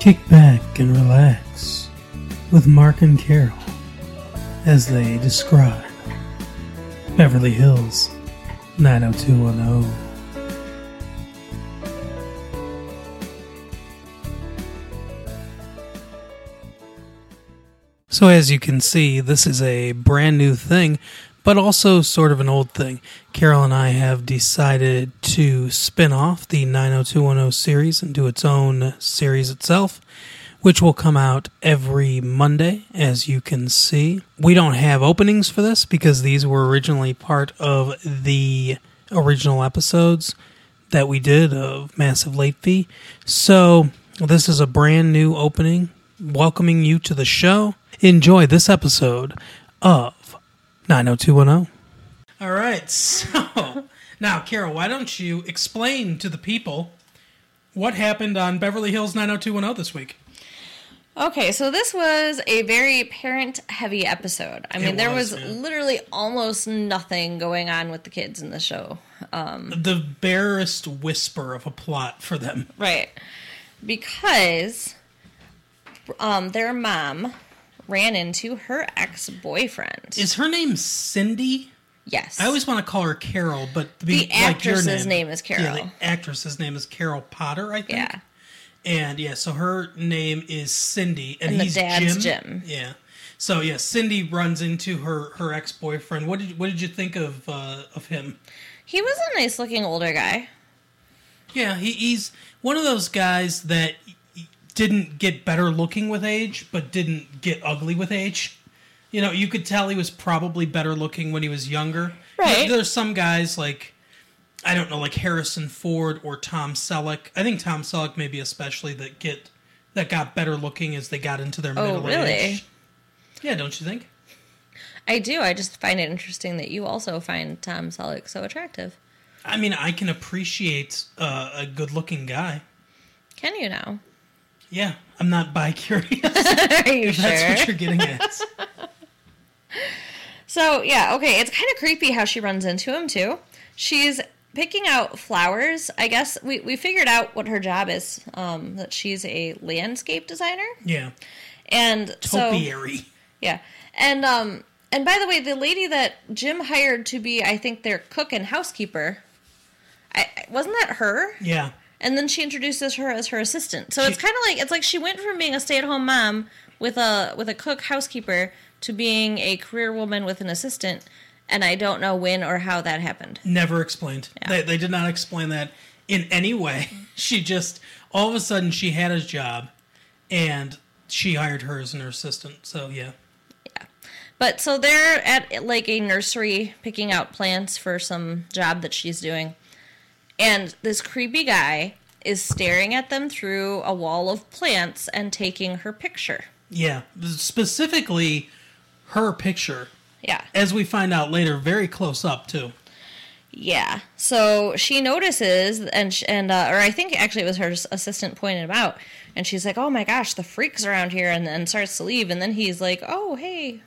Kick back and relax with Mark and Carol as they describe Beverly Hills 90210. So, as you can see, this is a brand new thing, but also sort of an old thing. Carol and I have decided to spin off the 90210 series into its own series itself, which will come out every Monday, as you can see. We don't have openings for this because these were originally part of the original episodes that we did of Massive Late Fee. So, this is a brand new opening welcoming you to the show. Enjoy this episode of 90210. All right. So, now, Carol, why don't you explain to the people what happened on Beverly Hills 90210 this week? Okay, so this was a very parent heavy episode. I mean, there was, was yeah. literally almost nothing going on with the kids in the show. The barest whisper of a plot for them. Right. Because um, their mom ran into her ex boyfriend. Is her name Cindy? Yes. I always want to call her Carol, but The like your actress's name is Yeah, Carol. the actress's name is Carol Potter, I think. Yeah. And yeah, so her name is Cindy, and, And the he's dad's Jim. Jim. Yeah. So yeah, Cindy runs into her her ex boyfriend. What did what did you think of uh, of him? He was a nice looking older guy. Yeah, he, he's one of those guys that didn't get better looking with age, but didn't get ugly with age. You know, you could tell he was probably better looking when he was younger. Right. There's some guys like I don't know, like Harrison Ford or Tom Selleck. I think Tom Selleck maybe especially that get that got better looking as they got into their Oh, middle really? age. Yeah, don't you think? I do. I just find it interesting that you also find Tom Selleck so attractive. I mean, I can appreciate uh, a good looking guy. Can you now? Yeah, I'm not bi curious. Are you sure? That's what you're getting at. So yeah, okay. It's kind of creepy how she runs into him too. She's picking out flowers. I guess we we figured out what her job is. Um, that she's a landscape designer, Yeah. and so Topiary. yeah, and um, and by the way, the lady that Jim hired to be, I think, their cook and housekeeper, I I- wasn't that her. yeah. And then she introduces her as her assistant. So She- it's kind of like it's like she went from being a stay-at-home mom with a with a cook housekeeper to being a career woman with an assistant. And I don't know when or how that happened. Never explained. They, they did not explain that in any way. She just, all of a sudden, she had a job and she hired her as an assistant. So, yeah. But so they're at like a nursery picking out plants for some job that she's doing. And this creepy guy is staring at them through a wall of plants and taking her picture. Yeah. Specifically, her picture, Yeah. as we find out later, very close up, too. Yeah. So she notices, and sh- and uh, or I think actually it was her assistant pointed him out, and she's like, "Oh my gosh, the freaks around here," and then starts to leave, and then he's like, "Oh hey,"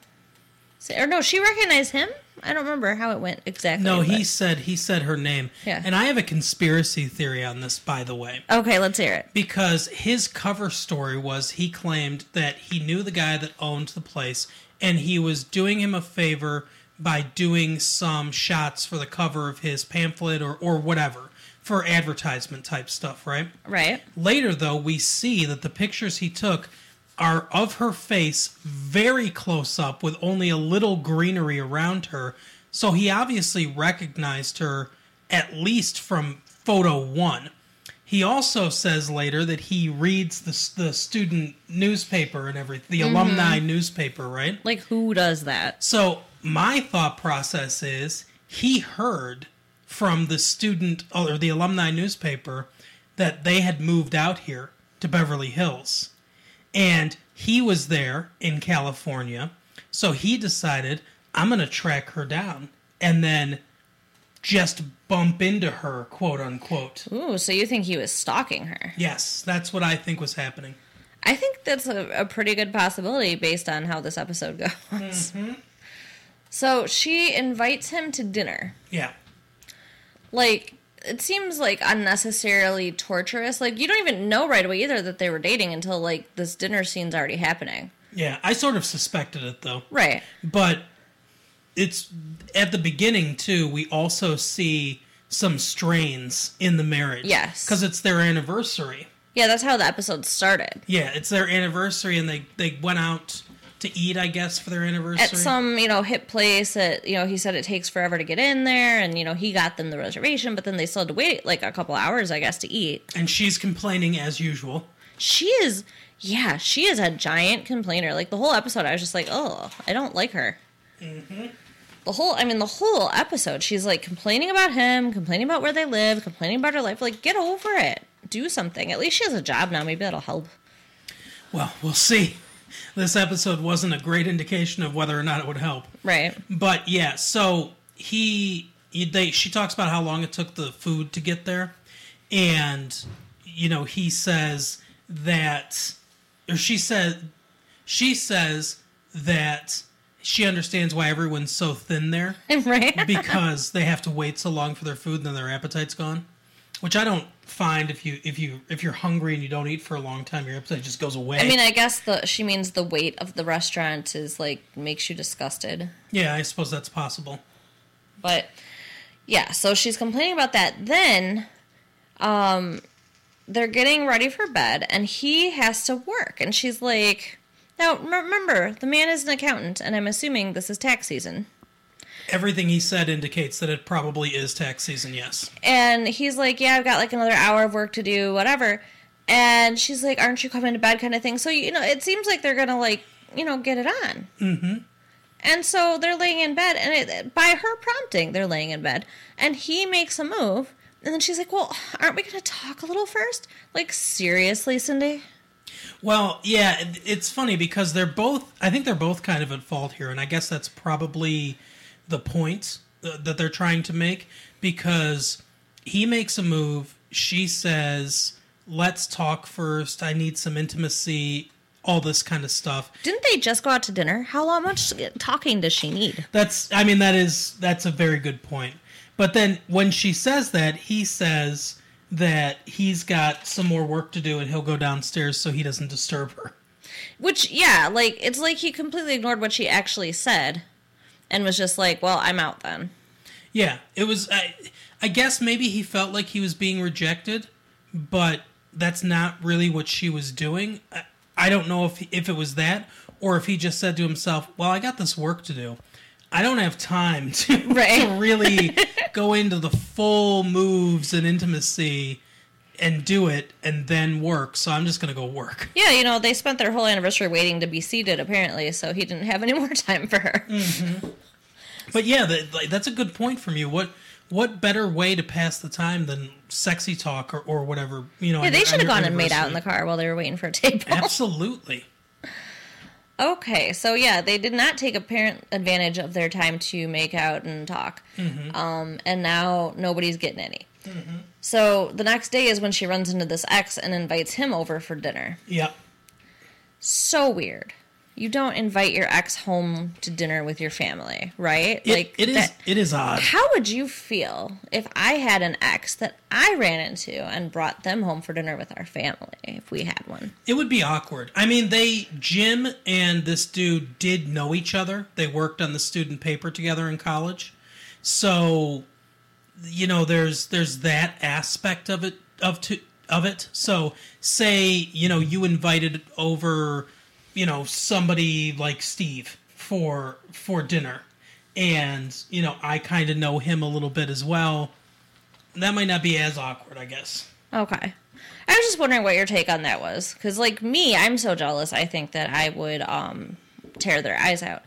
so, or no, she recognized him. I don't remember how it went exactly. No, but- he said he said her name. Yeah. And I have a conspiracy theory on this, by the way. Okay, let's hear it. because his cover story was he claimed that he knew the guy that owned the place and he was doing him a favor by doing some shots for the cover of his pamphlet or, or whatever for advertisement type stuff, right? Right. Later, though, we see that the pictures he took are of her face very close up with only a little greenery around her. So he obviously recognized her at least from photo one. He also says later that he reads the, s- the student newspaper and everything, the alumni newspaper, right? Like who does that? So my thought process is he heard from the student or the alumni newspaper that they had moved out here to Beverly Hills. And he was there in California. So he decided, I'm going to track her down and then just bump into her, quote unquote. Ooh, so you think he was stalking her? Yes, that's what I think was happening. I think that's a, a pretty good possibility based on how this episode goes. Mm-hmm. So she invites him to dinner. Yeah. like it seems like unnecessarily torturous. Like you don't even know right away either that they were dating until like this dinner scene's already happening. Yeah, I sort of suspected it though. Right. But it's at the beginning too. We also see some strains in the marriage. Yes. because it's their anniversary. Yeah, that's how the episode started. Yeah, it's their anniversary, and they they went out to eat, I guess, for their anniversary. At some, you know, hip place that, you know, he said it takes forever to get in there and, you know, he got them the reservation, but then they still had to wait like a couple hours, I guess, to eat. and she's complaining as usual. She is yeah, she is a giant complainer. Like the whole episode I was just like, Oh, I don't like her. The whole, I mean, the whole episode, she's like complaining about him, complaining about where they live, complaining about her life. Like, get over it. Do something. At least she has a job now. Maybe that'll help. Well, we'll see. This episode wasn't a great indication of whether or not it would help. Right. But yeah, so he they she talks about how long it took the food to get there, and you know he says that, or she says she says that she understands why everyone's so thin there right. because they have to wait so long for their food and then their appetite's gone, which I don't find if you if you if you're hungry and you don't eat for a long time your appetite just goes away. I mean, I guess the she means the weight of the restaurant is like makes you disgusted. yeah, I suppose that's possible. But yeah, so she's complaining about that. Then um they're getting ready for bed and he has to work and she's like now m- remember the man is an accountant and i'm assuming this is tax season Everything he said indicates that it probably is tax season. Yes. and he's like yeah i've got like another hour of work to do whatever and she's like aren't you coming to bed kind of thing so you know it seems like they're gonna like you know get it on mm-hmm. and so they're laying in bed and it, by her prompting they're laying in bed and he makes a move and then she's like well aren't we gonna talk a little first like seriously cindy Well, yeah, it- it's funny because they're both. I think they're both kind of at fault here, and I guess that's probably the point uh, that they're trying to make because he makes a move. She says, "Let's talk first. I need some intimacy." All this kind of stuff. didn't they just go out to dinner how long much talking does she need That's. I mean, that is. That's a very good point. But then when she says that, he says that he's got some more work to do and he'll go downstairs so he doesn't disturb her. Which, yeah, like it's like he completely ignored what she actually said, and was just like, "Well, I'm out then." Yeah, it was. I, I guess maybe he felt like he was being rejected, but that's not really what she was doing. I, I don't know if if it was that or if he just said to himself, "Well, I got this work to do. I don't have time to, to Right. really go into the full moves and intimacy." And do it, and then work. So I'm just gonna go work. Yeah, you know, they spent their whole anniversary waiting to be seated, apparently, so he didn't have any more time for her. Mm-hmm. But yeah, that, like, that's a good point from you. What what better way to pass the time than sexy talk or, or whatever you know? Yeah, they should have gone and made out in the car while they were waiting for a table. Absolutely. Okay, so yeah, they did not take apparent advantage of their time to make out and talk. Mm-hmm. Um, and now nobody's getting any. So the next day is when she runs into this ex and invites him over for dinner. Yep. so weird. You don't invite your ex home to dinner with your family, right? It, it is that- it is odd. How would you feel if I had an ex that I ran into and brought them home for dinner with our family if we had one? It would be awkward. I mean, they Jim and this dude did know each other. They worked on the student paper together in college. So, you know, there's there's that aspect of it of to of it. So, say, you know, you invited over, you know, somebody like Steve for for dinner. And, you know, I kind of know him a little bit as well. That might not be as awkward, I guess. Okay. I was just wondering what your take on that was cuz like me, I'm so jealous. I think that I would um tear their eyes out.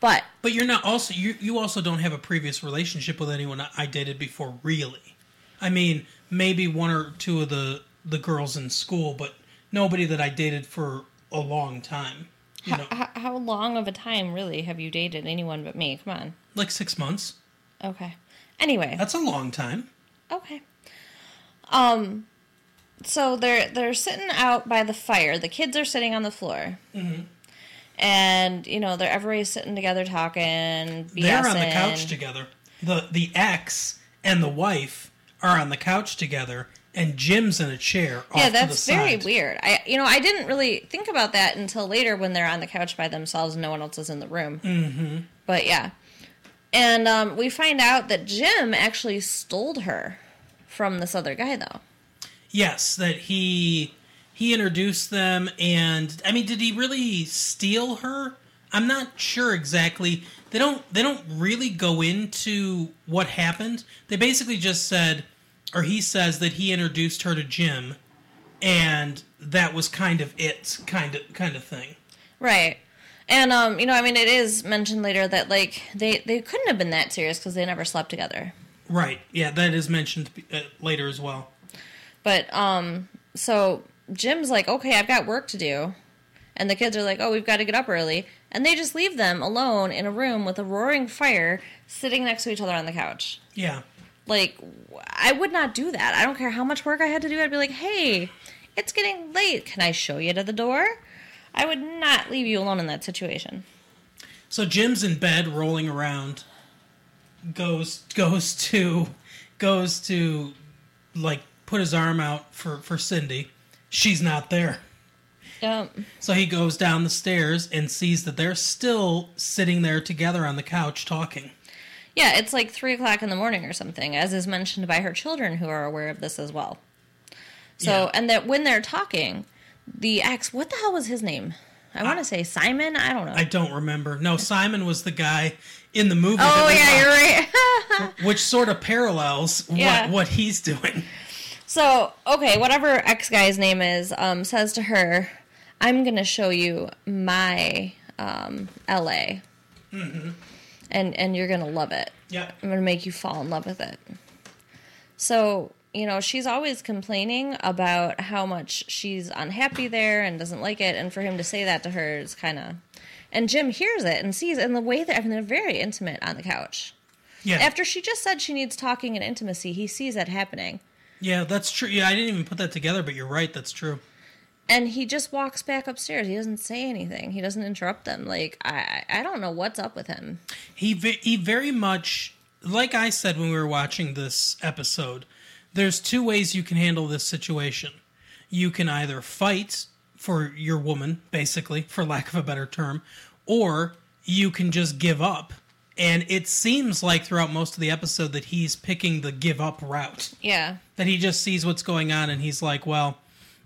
But But you're not also you you also don't have a previous relationship with anyone I dated before really. I mean, maybe one or two of the the girls in school, but nobody that I dated for a long time. You know, how, how long of a time really have you dated anyone but me? Come on. like 6 months. Okay. Anyway, That's a long time. Okay. Um so they're they're sitting out by the fire. The kids are sitting on the floor. Mm-hmm. And you know, they're everybody's sitting together talking, BSing. They're on the couch together. The the ex and the wife are on the couch together, and Jim's in a chair. off Yeah, to that's the very side. weird. I you know, I didn't really think about that until later when they're on the couch by themselves and no one else is in the room. Mm-hmm. But yeah. And um, we find out that Jim actually stole her from this other guy though. Yes, that he he introduced them, and I mean, did he really steal her? I'm not sure exactly. They don't they don't really go into what happened. They basically just said, or he says that he introduced her to Jim, and that was kind of it, kind of kind of thing. Right. And um, you know, I mean it is mentioned later that like they they couldn't have been that serious cuz they never slept together. Right. Yeah, that is mentioned uh, later as well. But um, so Jim's like, okay, I've got work to do, and the kids are like, oh, we've got to get up early, and they just leave them alone in a room with a roaring fire, sitting next to each other on the couch. Yeah. Like, w- I would not do that. I don't care how much work I had to do. I'd be like, hey, it's getting late. Can I show you to the door? I would not leave you alone in that situation. So Jim's in bed rolling around goes goes to goes to like put his arm out for for Cindy. She's not there. Um, So he goes down the stairs and sees that they're still sitting there together on the couch talking. yeah, it's like three o'clock in the morning or something, as is mentioned by her children who are aware of this as well. So, Yeah. and that when they're talking, the ex, what the hell was his name? I want to say Simon. I don't know. I don't remember. No, Simon was the guy in the movie. that oh we yeah, you're right. watched, Which sort of parallels Yeah. what what he's doing. so okay, whatever ex guy's name is, um, says to her, "I'm gonna show you my um, L.A. Mm-hmm. and and you're gonna love it." Yeah. I'm going to make you fall in love with it. So, you know, she's always complaining about how much she's unhappy there and doesn't like it. And for him to say that to her is kind of. And Jim hears it and sees, and the way that, I mean, they're very intimate on the couch. Yeah. After she just said she needs talking and intimacy, he sees that happening. yeah, that's true. Yeah, I didn't even put that together, but you're right, that's true. And he just walks back upstairs. He doesn't say anything, he doesn't interrupt them. Like, I, I don't know what's up with him. he ve- he very much like I said when we were watching this episode. There's two ways you can handle this situation. You can either fight for your woman, basically, for lack of a better term, or you can just give up. And it seems like throughout most of the episode that he's picking the give up route. Yeah. That he just sees what's going on and he's like, well,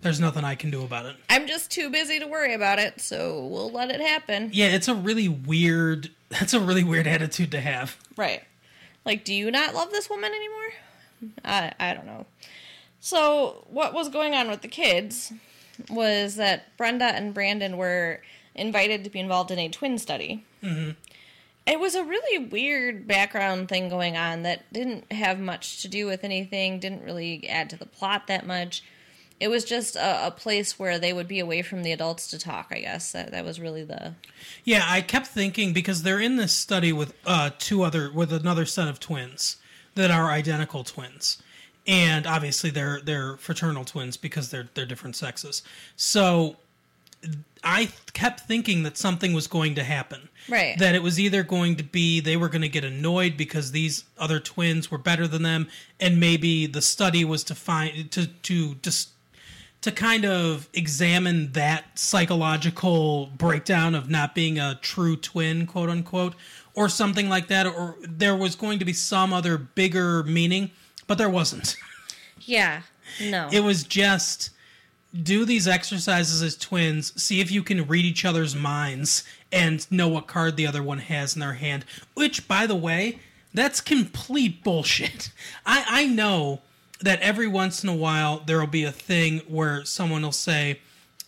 there's nothing I can do about it. I'm just too busy to worry about it, so we'll let it happen. Yeah, it's a really weird. That's a really weird attitude to have. Right. Like, do you not love this woman anymore? I I don't know. So what was going on with the kids was that Brenda and Brandon were invited to be involved in a twin study. Mm-hmm. It was a really weird background thing going on that didn't have much to do with anything. Didn't really add to the plot that much. It was just a, a place where they would be away from the adults to talk. I guess that that was really the Yeah, I kept thinking because they're in this study with uh, two other with another set of twins that are identical twins, and obviously they're they're fraternal twins because they're they're different sexes. So I th- kept thinking that something was going to happen. Right. That it was either going to be they were going to get annoyed because these other twins were better than them, and maybe the study was to find to to just to kind of examine that psychological breakdown of not being a true twin, quote unquote, or something like that, or there was going to be some other bigger meaning, but there wasn't. yeah no It was just do these exercises as twins, see if you can read each other's minds and know what card the other one has in their hand. Which, by the way, that's complete bullshit. I, I know that every once in a while there'll be a thing where someone will say,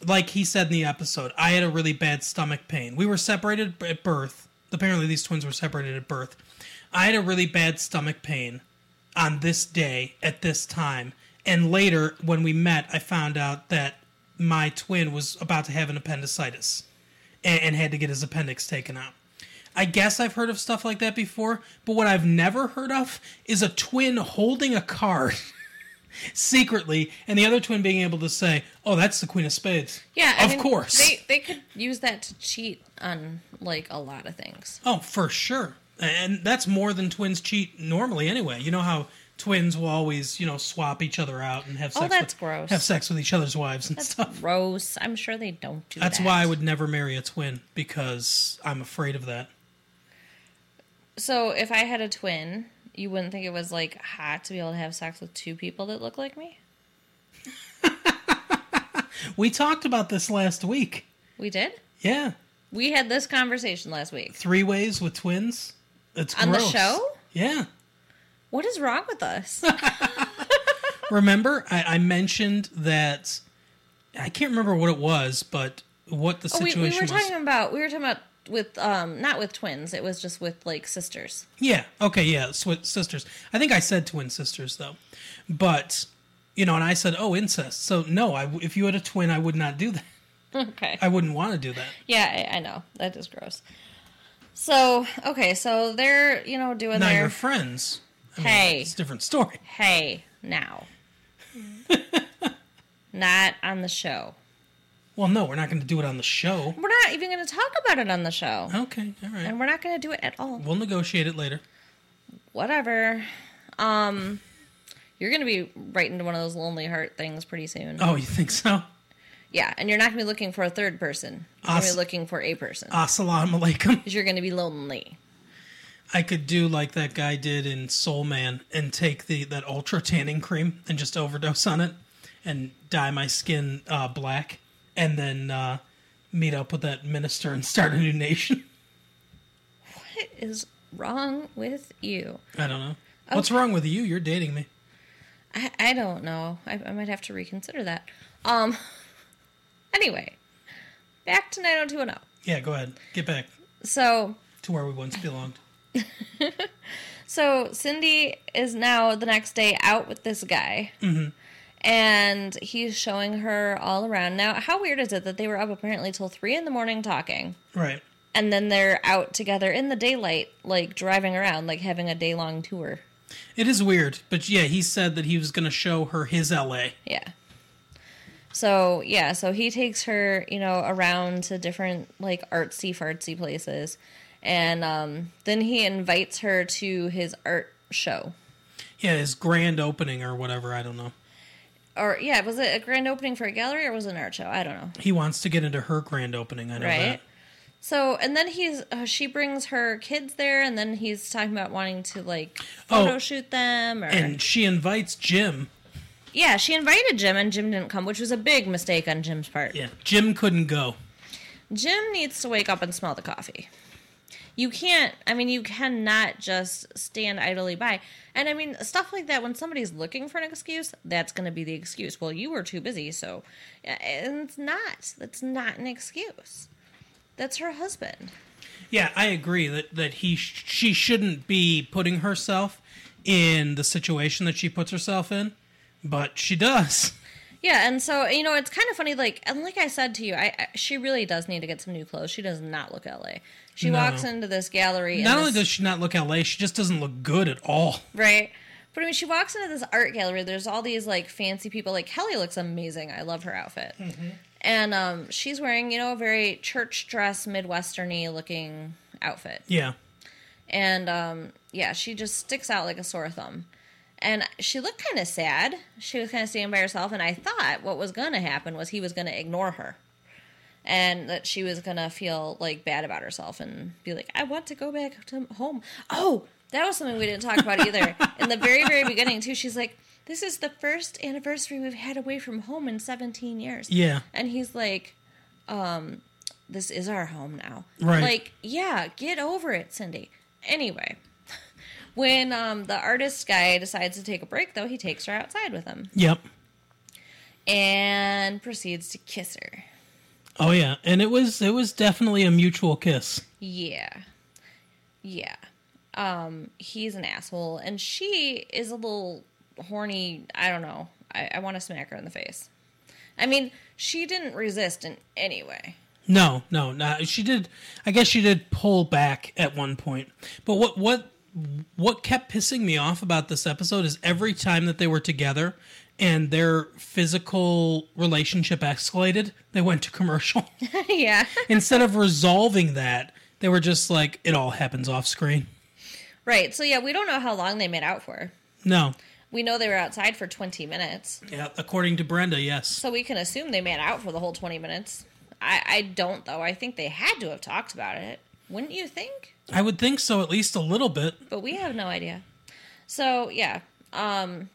like he said in the episode, I had a really bad stomach pain. We were separated at birth. Apparently, these twins were separated at birth. I had a really bad stomach pain on this day at this time. And later, when we met, I found out that my twin was about to have an appendicitis and, and had to get his appendix taken out. I guess I've heard of stuff like that before, but what I've never heard of is a twin holding a card secretly and the other twin being able to say, oh, that's the Queen of Spades. Yeah, I of mean, course. They they could use that to cheat on like a lot of things. Oh, for sure. And that's more than twins cheat normally anyway. You know how twins will always, you know, swap each other out and have Oh, sex. that's with, gross. Have sex with each other's wives and stuff. Gross. I'm sure they don't do That's that. why I would never marry a twin because I'm afraid of that. So if I had a twin, you wouldn't think it was like hot to be able to have sex with two people that look like me? We talked about this last week. We did? Yeah, We had this conversation last week. three ways with twins. It's On the gross. show? Yeah. What is wrong with us? Remember, I, I mentioned that I can't remember what it was, but what the oh, we, situation we were was. talking about we were talking about with um not with twins, it was just with like sisters. Yeah. Okay. Yeah. Swi sisters. I think I said twin sisters though, but you know, and I said, oh, incest. So no, I w- if you had a twin, I would not do that. Okay. I wouldn't want to do that. Yeah, I, I know. That is gross. So, okay, so they're, you know, doing Now their you're friends. I mean, Hey. it's a different story. hey now. not on the show. Well, no, we're not going to do it on the show. We're not even going to talk about it on the show. Okay. All right. And we're not going to do it at all. We'll negotiate it later. Whatever. Um you're going to be right into one of those lonely heart things pretty soon. Oh, you think so? Yeah, and you're not going to be looking for a third person. You're going to Us- be looking for a person. Oh. Assalamu alaikum. 'Cause you're going to be lonely. I could do like that guy did in Soul Man and take the that ultra tanning cream and just overdose on it and dye my skin uh, black and then uh, meet up with that minister and start a new nation. What is wrong with you? I don't know. What's wrong with you? You're dating me. I, I don't know. I, I might have to reconsider that. Um. Anyway, back to 90210. Yeah, go ahead. Get back So, to where we once belonged. so Cindy is now the next day out with this guy. And he's showing her all around. Now, how weird is it that they were up apparently till 3 in the morning talking? Right. And then they're out together in the daylight, like driving around, like having a day long tour. It is weird, but yeah, he said that he was going to show her his LA. Yeah. So yeah, so he takes her, you know, around to different like artsy fartsy places, and um, then he invites her to his art show. Yeah, his grand opening or whatever. I don't know. Or yeah, was it a grand opening for a gallery or was it an art show? I don't know. He wants to get into her grand opening. I know Right. that. So and then he's uh, she brings her kids there, and then he's talking about wanting to like Oh. photo shoot them. Or And she invites Jim. yeah, she invited Jim, and Jim didn't come, which was a big mistake on Jim's part. Yeah, Jim couldn't go. Jim needs to wake up and smell the coffee. You can't, I mean, you cannot just stand idly by. And I mean, stuff like that, when somebody's looking for an excuse, that's going to be the excuse. Well, you were too busy, so. And it's not. That's not an excuse. That's her husband. Yeah, I agree that that he sh- she shouldn't be putting herself in the situation that she puts herself in, but she does. Yeah, and so, you know, it's kind of funny. Like, and like I said to you, I, I she really does need to get some new clothes. She does not look LA. She No. walks into this gallery. and Not only this- does she not look LA, she just doesn't look good at all. Right. But I mean, she walks into this art gallery. There's all these like fancy people. Like Kelly looks amazing. I love her outfit. And um, she's wearing, you know, a very church dress, Midwesterny looking outfit. Yeah. And um, yeah, she just sticks out like a sore thumb. And she looked kind of sad. She was kind of standing by herself. And I thought what was going to happen was he was going to ignore her. And that she was going to feel like bad about herself and be like, I want to go back to home. Oh, that was something we didn't talk about either. In the very, very beginning, too, she's like, This is the first anniversary we've had away from home in 17 years. Yeah. And he's like, um, this is our home now. Right. Like, yeah, get over it, Cindy. Anyway, when um, the artist guy decides to take a break, though, he takes her outside with him Yep. and proceeds to kiss her. Oh yeah, and it was it was definitely a mutual kiss. Yeah. Yeah. Um, he's an asshole, and she is a little horny. I don't know. I, I want to smack her in the face. I mean, she didn't resist in any way. No, no, no. She did. I guess she did pull back at one point. But what what what kept pissing me off about this episode is every time that they were together and their physical relationship escalated, they went to commercial. yeah. Instead of resolving that, they were just like, "It all happens off screen." Right. So yeah, we don't know how long they made out for. No. We know they were outside for 20 minutes, Yeah, according to Brenda, yes. so we can assume they made out for the whole 20 minutes. I, I don't, though. I think they had to have talked about it. Wouldn't you think? I would think so, at least a little bit. But we have no idea. So, yeah. Um,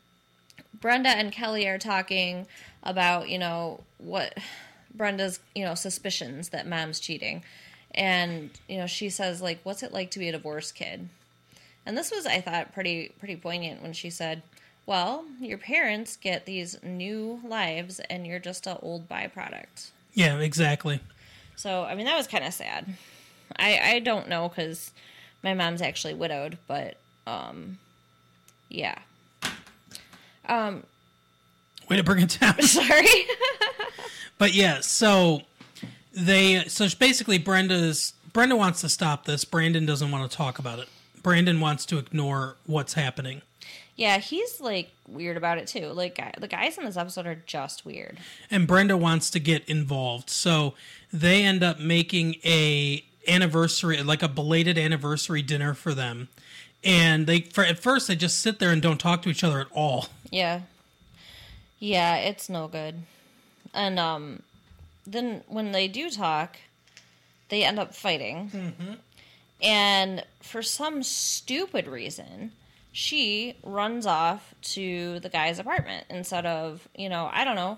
Brenda and Kelly are talking about, you know, what Brenda's, you know, suspicions that mom's cheating. And, you know, she says, like, what's it like to be a divorced kid? And this was, I thought, pretty pretty poignant when she said, "Well, your parents get these new lives, and you're just an old byproduct." Yeah, exactly. So, I mean, that was kind of sad. I I don't know because my mom's actually widowed, but um, yeah. Um, Way to bring it down. sorry. But yeah, so they so basically Brenda's Brenda wants to stop this. Brandon doesn't want to talk about it. Brandon wants to ignore what's happening. yeah, he's like weird about it too. Like guy- the guys in this episode are just weird. And Brenda wants to get involved. So they end up making a anniversary like a belated anniversary dinner for them. And they for at first they just sit there and don't talk to each other at all. Yeah. Yeah, it's no good. And um then when they do talk, they end up fighting. Mm-hmm. And for some stupid reason, she runs off to the guy's apartment instead of, you know, I don't know,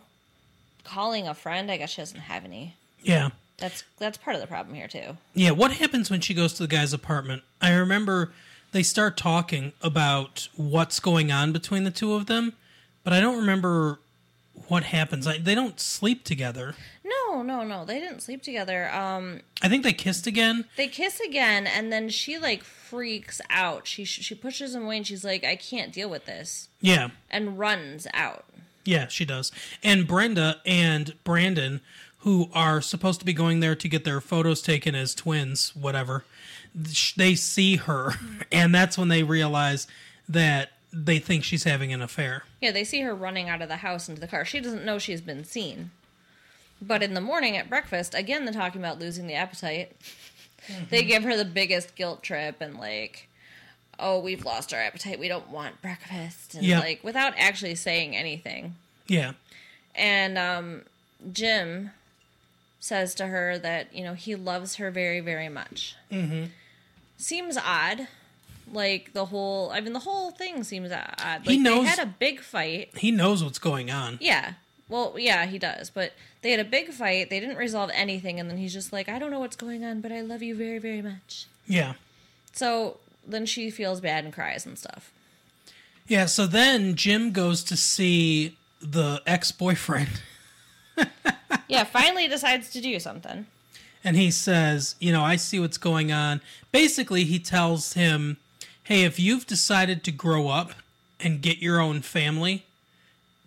calling a friend. I guess she doesn't have any. Yeah. That's that's part of the problem here too. Yeah, what happens when she goes to the guy's apartment? I remember they start talking about what's going on between the two of them, but I don't remember what happens. I, they don't sleep together. No, no, no. They didn't sleep together. Um I think they kissed again. They kiss again, and then she like freaks out. She she pushes him away, and she's like, "I can't deal with this," Yeah, and runs out. yeah, she does. And Brenda and Brandon, who are supposed to be going there to get their photos taken as twins, whatever, sh- they see her, and that's when they realize that they think she's having an affair. Yeah, they see her running out of the house into the car. She doesn't know she's been seen. But in the morning at breakfast, again, they're talking about losing the appetite. They give her the biggest guilt trip and like, "Oh, we've lost our appetite. We don't want breakfast," and Yeah. like without actually saying anything. Yeah, And um, Jim says to her that, you know, he loves her very, very much. Mm-hmm. Seems odd. Like the whole, I mean, the whole thing seems odd. Like He knows- They had a big fight. he knows what's going on. Yeah. Well, yeah, he does. But they had a big fight. They didn't resolve anything. And then he's just like, I don't know what's going on, but I love you very, very much. Yeah. So then she feels bad and cries and stuff. Yeah, so then Jim goes to see the ex boyfriend Yeah, finally decides to do something. and he says, You know, I see what's going on. Basically, he tells him, Hey, if you've decided to grow up and get your own family,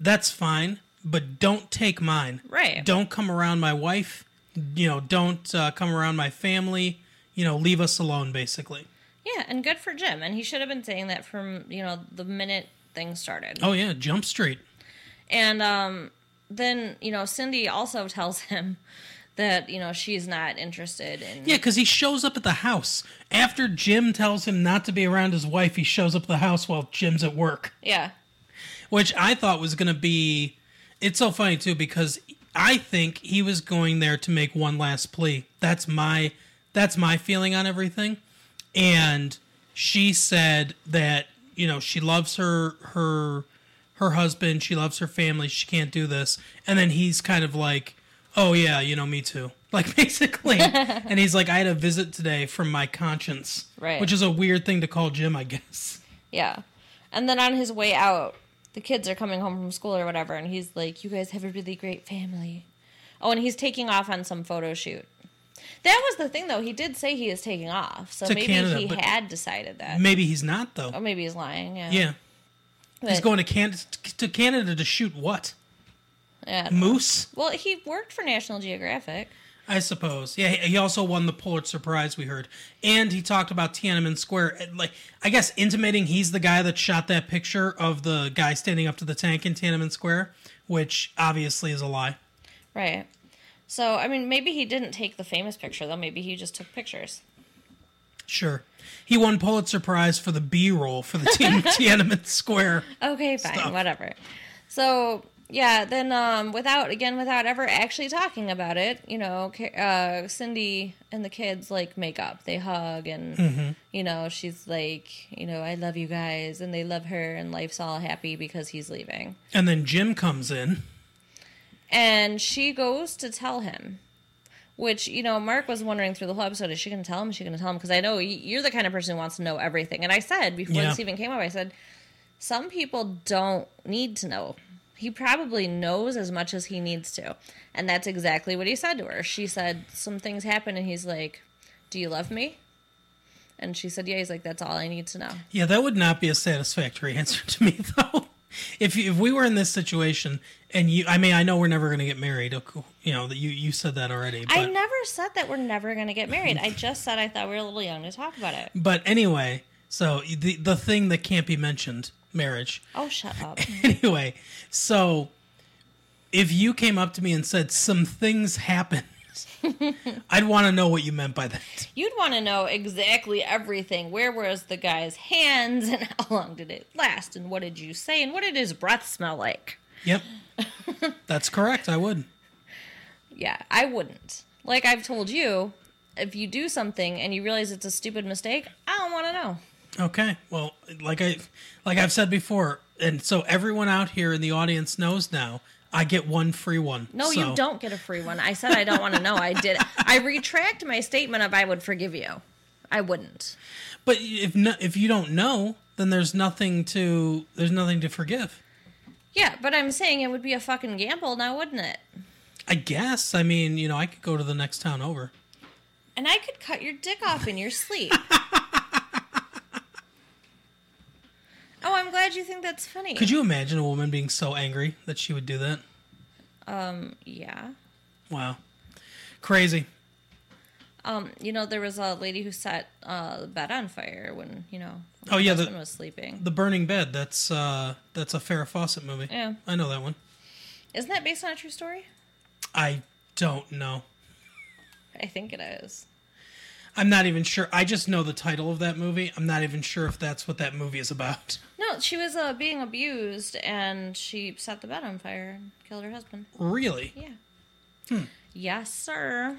that's fine, but don't take mine. Right. Don't come around my wife. You know, don't uh, come around my family. You know, leave us alone, basically. Yeah, and good for Jim. And he should have been saying that from, you know, the minute things started. Oh, yeah, Jump Street. And um, then, you know, Cindy also tells him that, you know, she's not interested in. Yeah, because he shows up at the house. After Jim tells him not to be around his wife, he shows up at the house while Jim's at work, Yeah. which I thought was going to be. It's so funny, too, because I think he was going there to make one last plea. That's my. That's my feeling on everything. And she said that, you know, she loves her her her husband, she loves her family, she can't do this. And then he's kind of like, "Oh yeah, you know me too." Like basically. and he's like, "I had a visit today from my conscience." Right. Which is a weird thing to call Jim, I guess. Yeah. And then on his way out, the kids are coming home from school or whatever, and he's like, You guys have a really great family. Oh, and he's taking off on some photo shoot. That was the thing, though. He did say he is taking off. So To maybe Canada, he but- had decided that. Maybe he's not though. Or maybe he's lying. Yeah. yeah. He's But- going to Can- to Canada to shoot what? Yeah. Mm. Moose, Well, he worked for National Geographic. I suppose. Yeah, he he also won the Pulitzer Prize we heard. And he talked about Tiananmen Square eh, like I guess intimating he's the guy that shot that picture of the guy standing up to the tank in Tiananmen Square, which obviously is a lie. Right. So, I mean, maybe he didn't take the famous picture, though. Maybe he just took pictures. Sure. He won Pulitzer Prize for the B roll for the team Tiananmen Square. Okay, fine, Stuff. whatever. So yeah, then um, without again without ever actually talking about it, you know, Ca- uh, Cindy and the kids like make up, they hug, and you know she's like, you know, I love you guys, and they love her, and life's all happy because he's leaving, And then Jim comes in. and she goes to tell him. Which you know, Mark was wondering through the whole episode: Is she going to tell him? Is she going to tell him? Because I know y- you're the kind of person who wants to know everything. And I said before Yeah. this even came up, I said some people don't need to know. He probably knows as much as he needs to. And that's exactly what he said to her. She said, Some things happen, and he's like, Do you love me? And she said, Yeah. He's like, That's all I need to know. Yeah, that would not be a satisfactory answer to me, though. If you, if we were in this situation, and you, I mean, I know we're never going to get married. okay, You know that you you said that already. But, I never said that we're never going to get married. I just said I thought we were a little young to talk about it. But anyway, so the the thing that can't be mentioned, marriage. Oh, shut up. anyway, so if you came up to me and said some things happened, I'd want to know what you meant by that. You'd want to know exactly everything. Where was the guy's hands, and how long did it last, and what did you say, and what did his breath smell like? Yep, that's correct. I would. Yeah, I wouldn't. Like I've told you, if you do something and you realize it's a stupid mistake, I don't want to know. Okay. Well, like I like I've said before, and so everyone out here in the audience knows now. I get one free one. No, So- you don't get a free one. I said I don't want to know. I did. I retract my statement of I would forgive you. I wouldn't. But if no, if you don't know, then there's nothing to there's nothing to forgive. Yeah, but I'm saying it would be a fucking gamble now, wouldn't it? I guess. I mean, you know, I could go to the next town over. And I could cut your dick off in your sleep. oh, I'm glad you think that's funny. Could you imagine a woman being so angry that she would do that? Yeah. Wow. Crazy. Um, you know, there was a lady who set uh, the bed on fire when you know. Oh, yeah, the- husband was sleeping. The Burning Bed, that's uh that's a Farrah Fawcett movie. Yeah. I know that one. Isn't that based on a true story? I don't know. I think it is. I'm not even sure. I just know the title of that movie. I'm not even sure if that's what that movie is about. No, she was uh, being abused and she set the bed on fire and killed her husband. Really? Yeah. Yes, sir.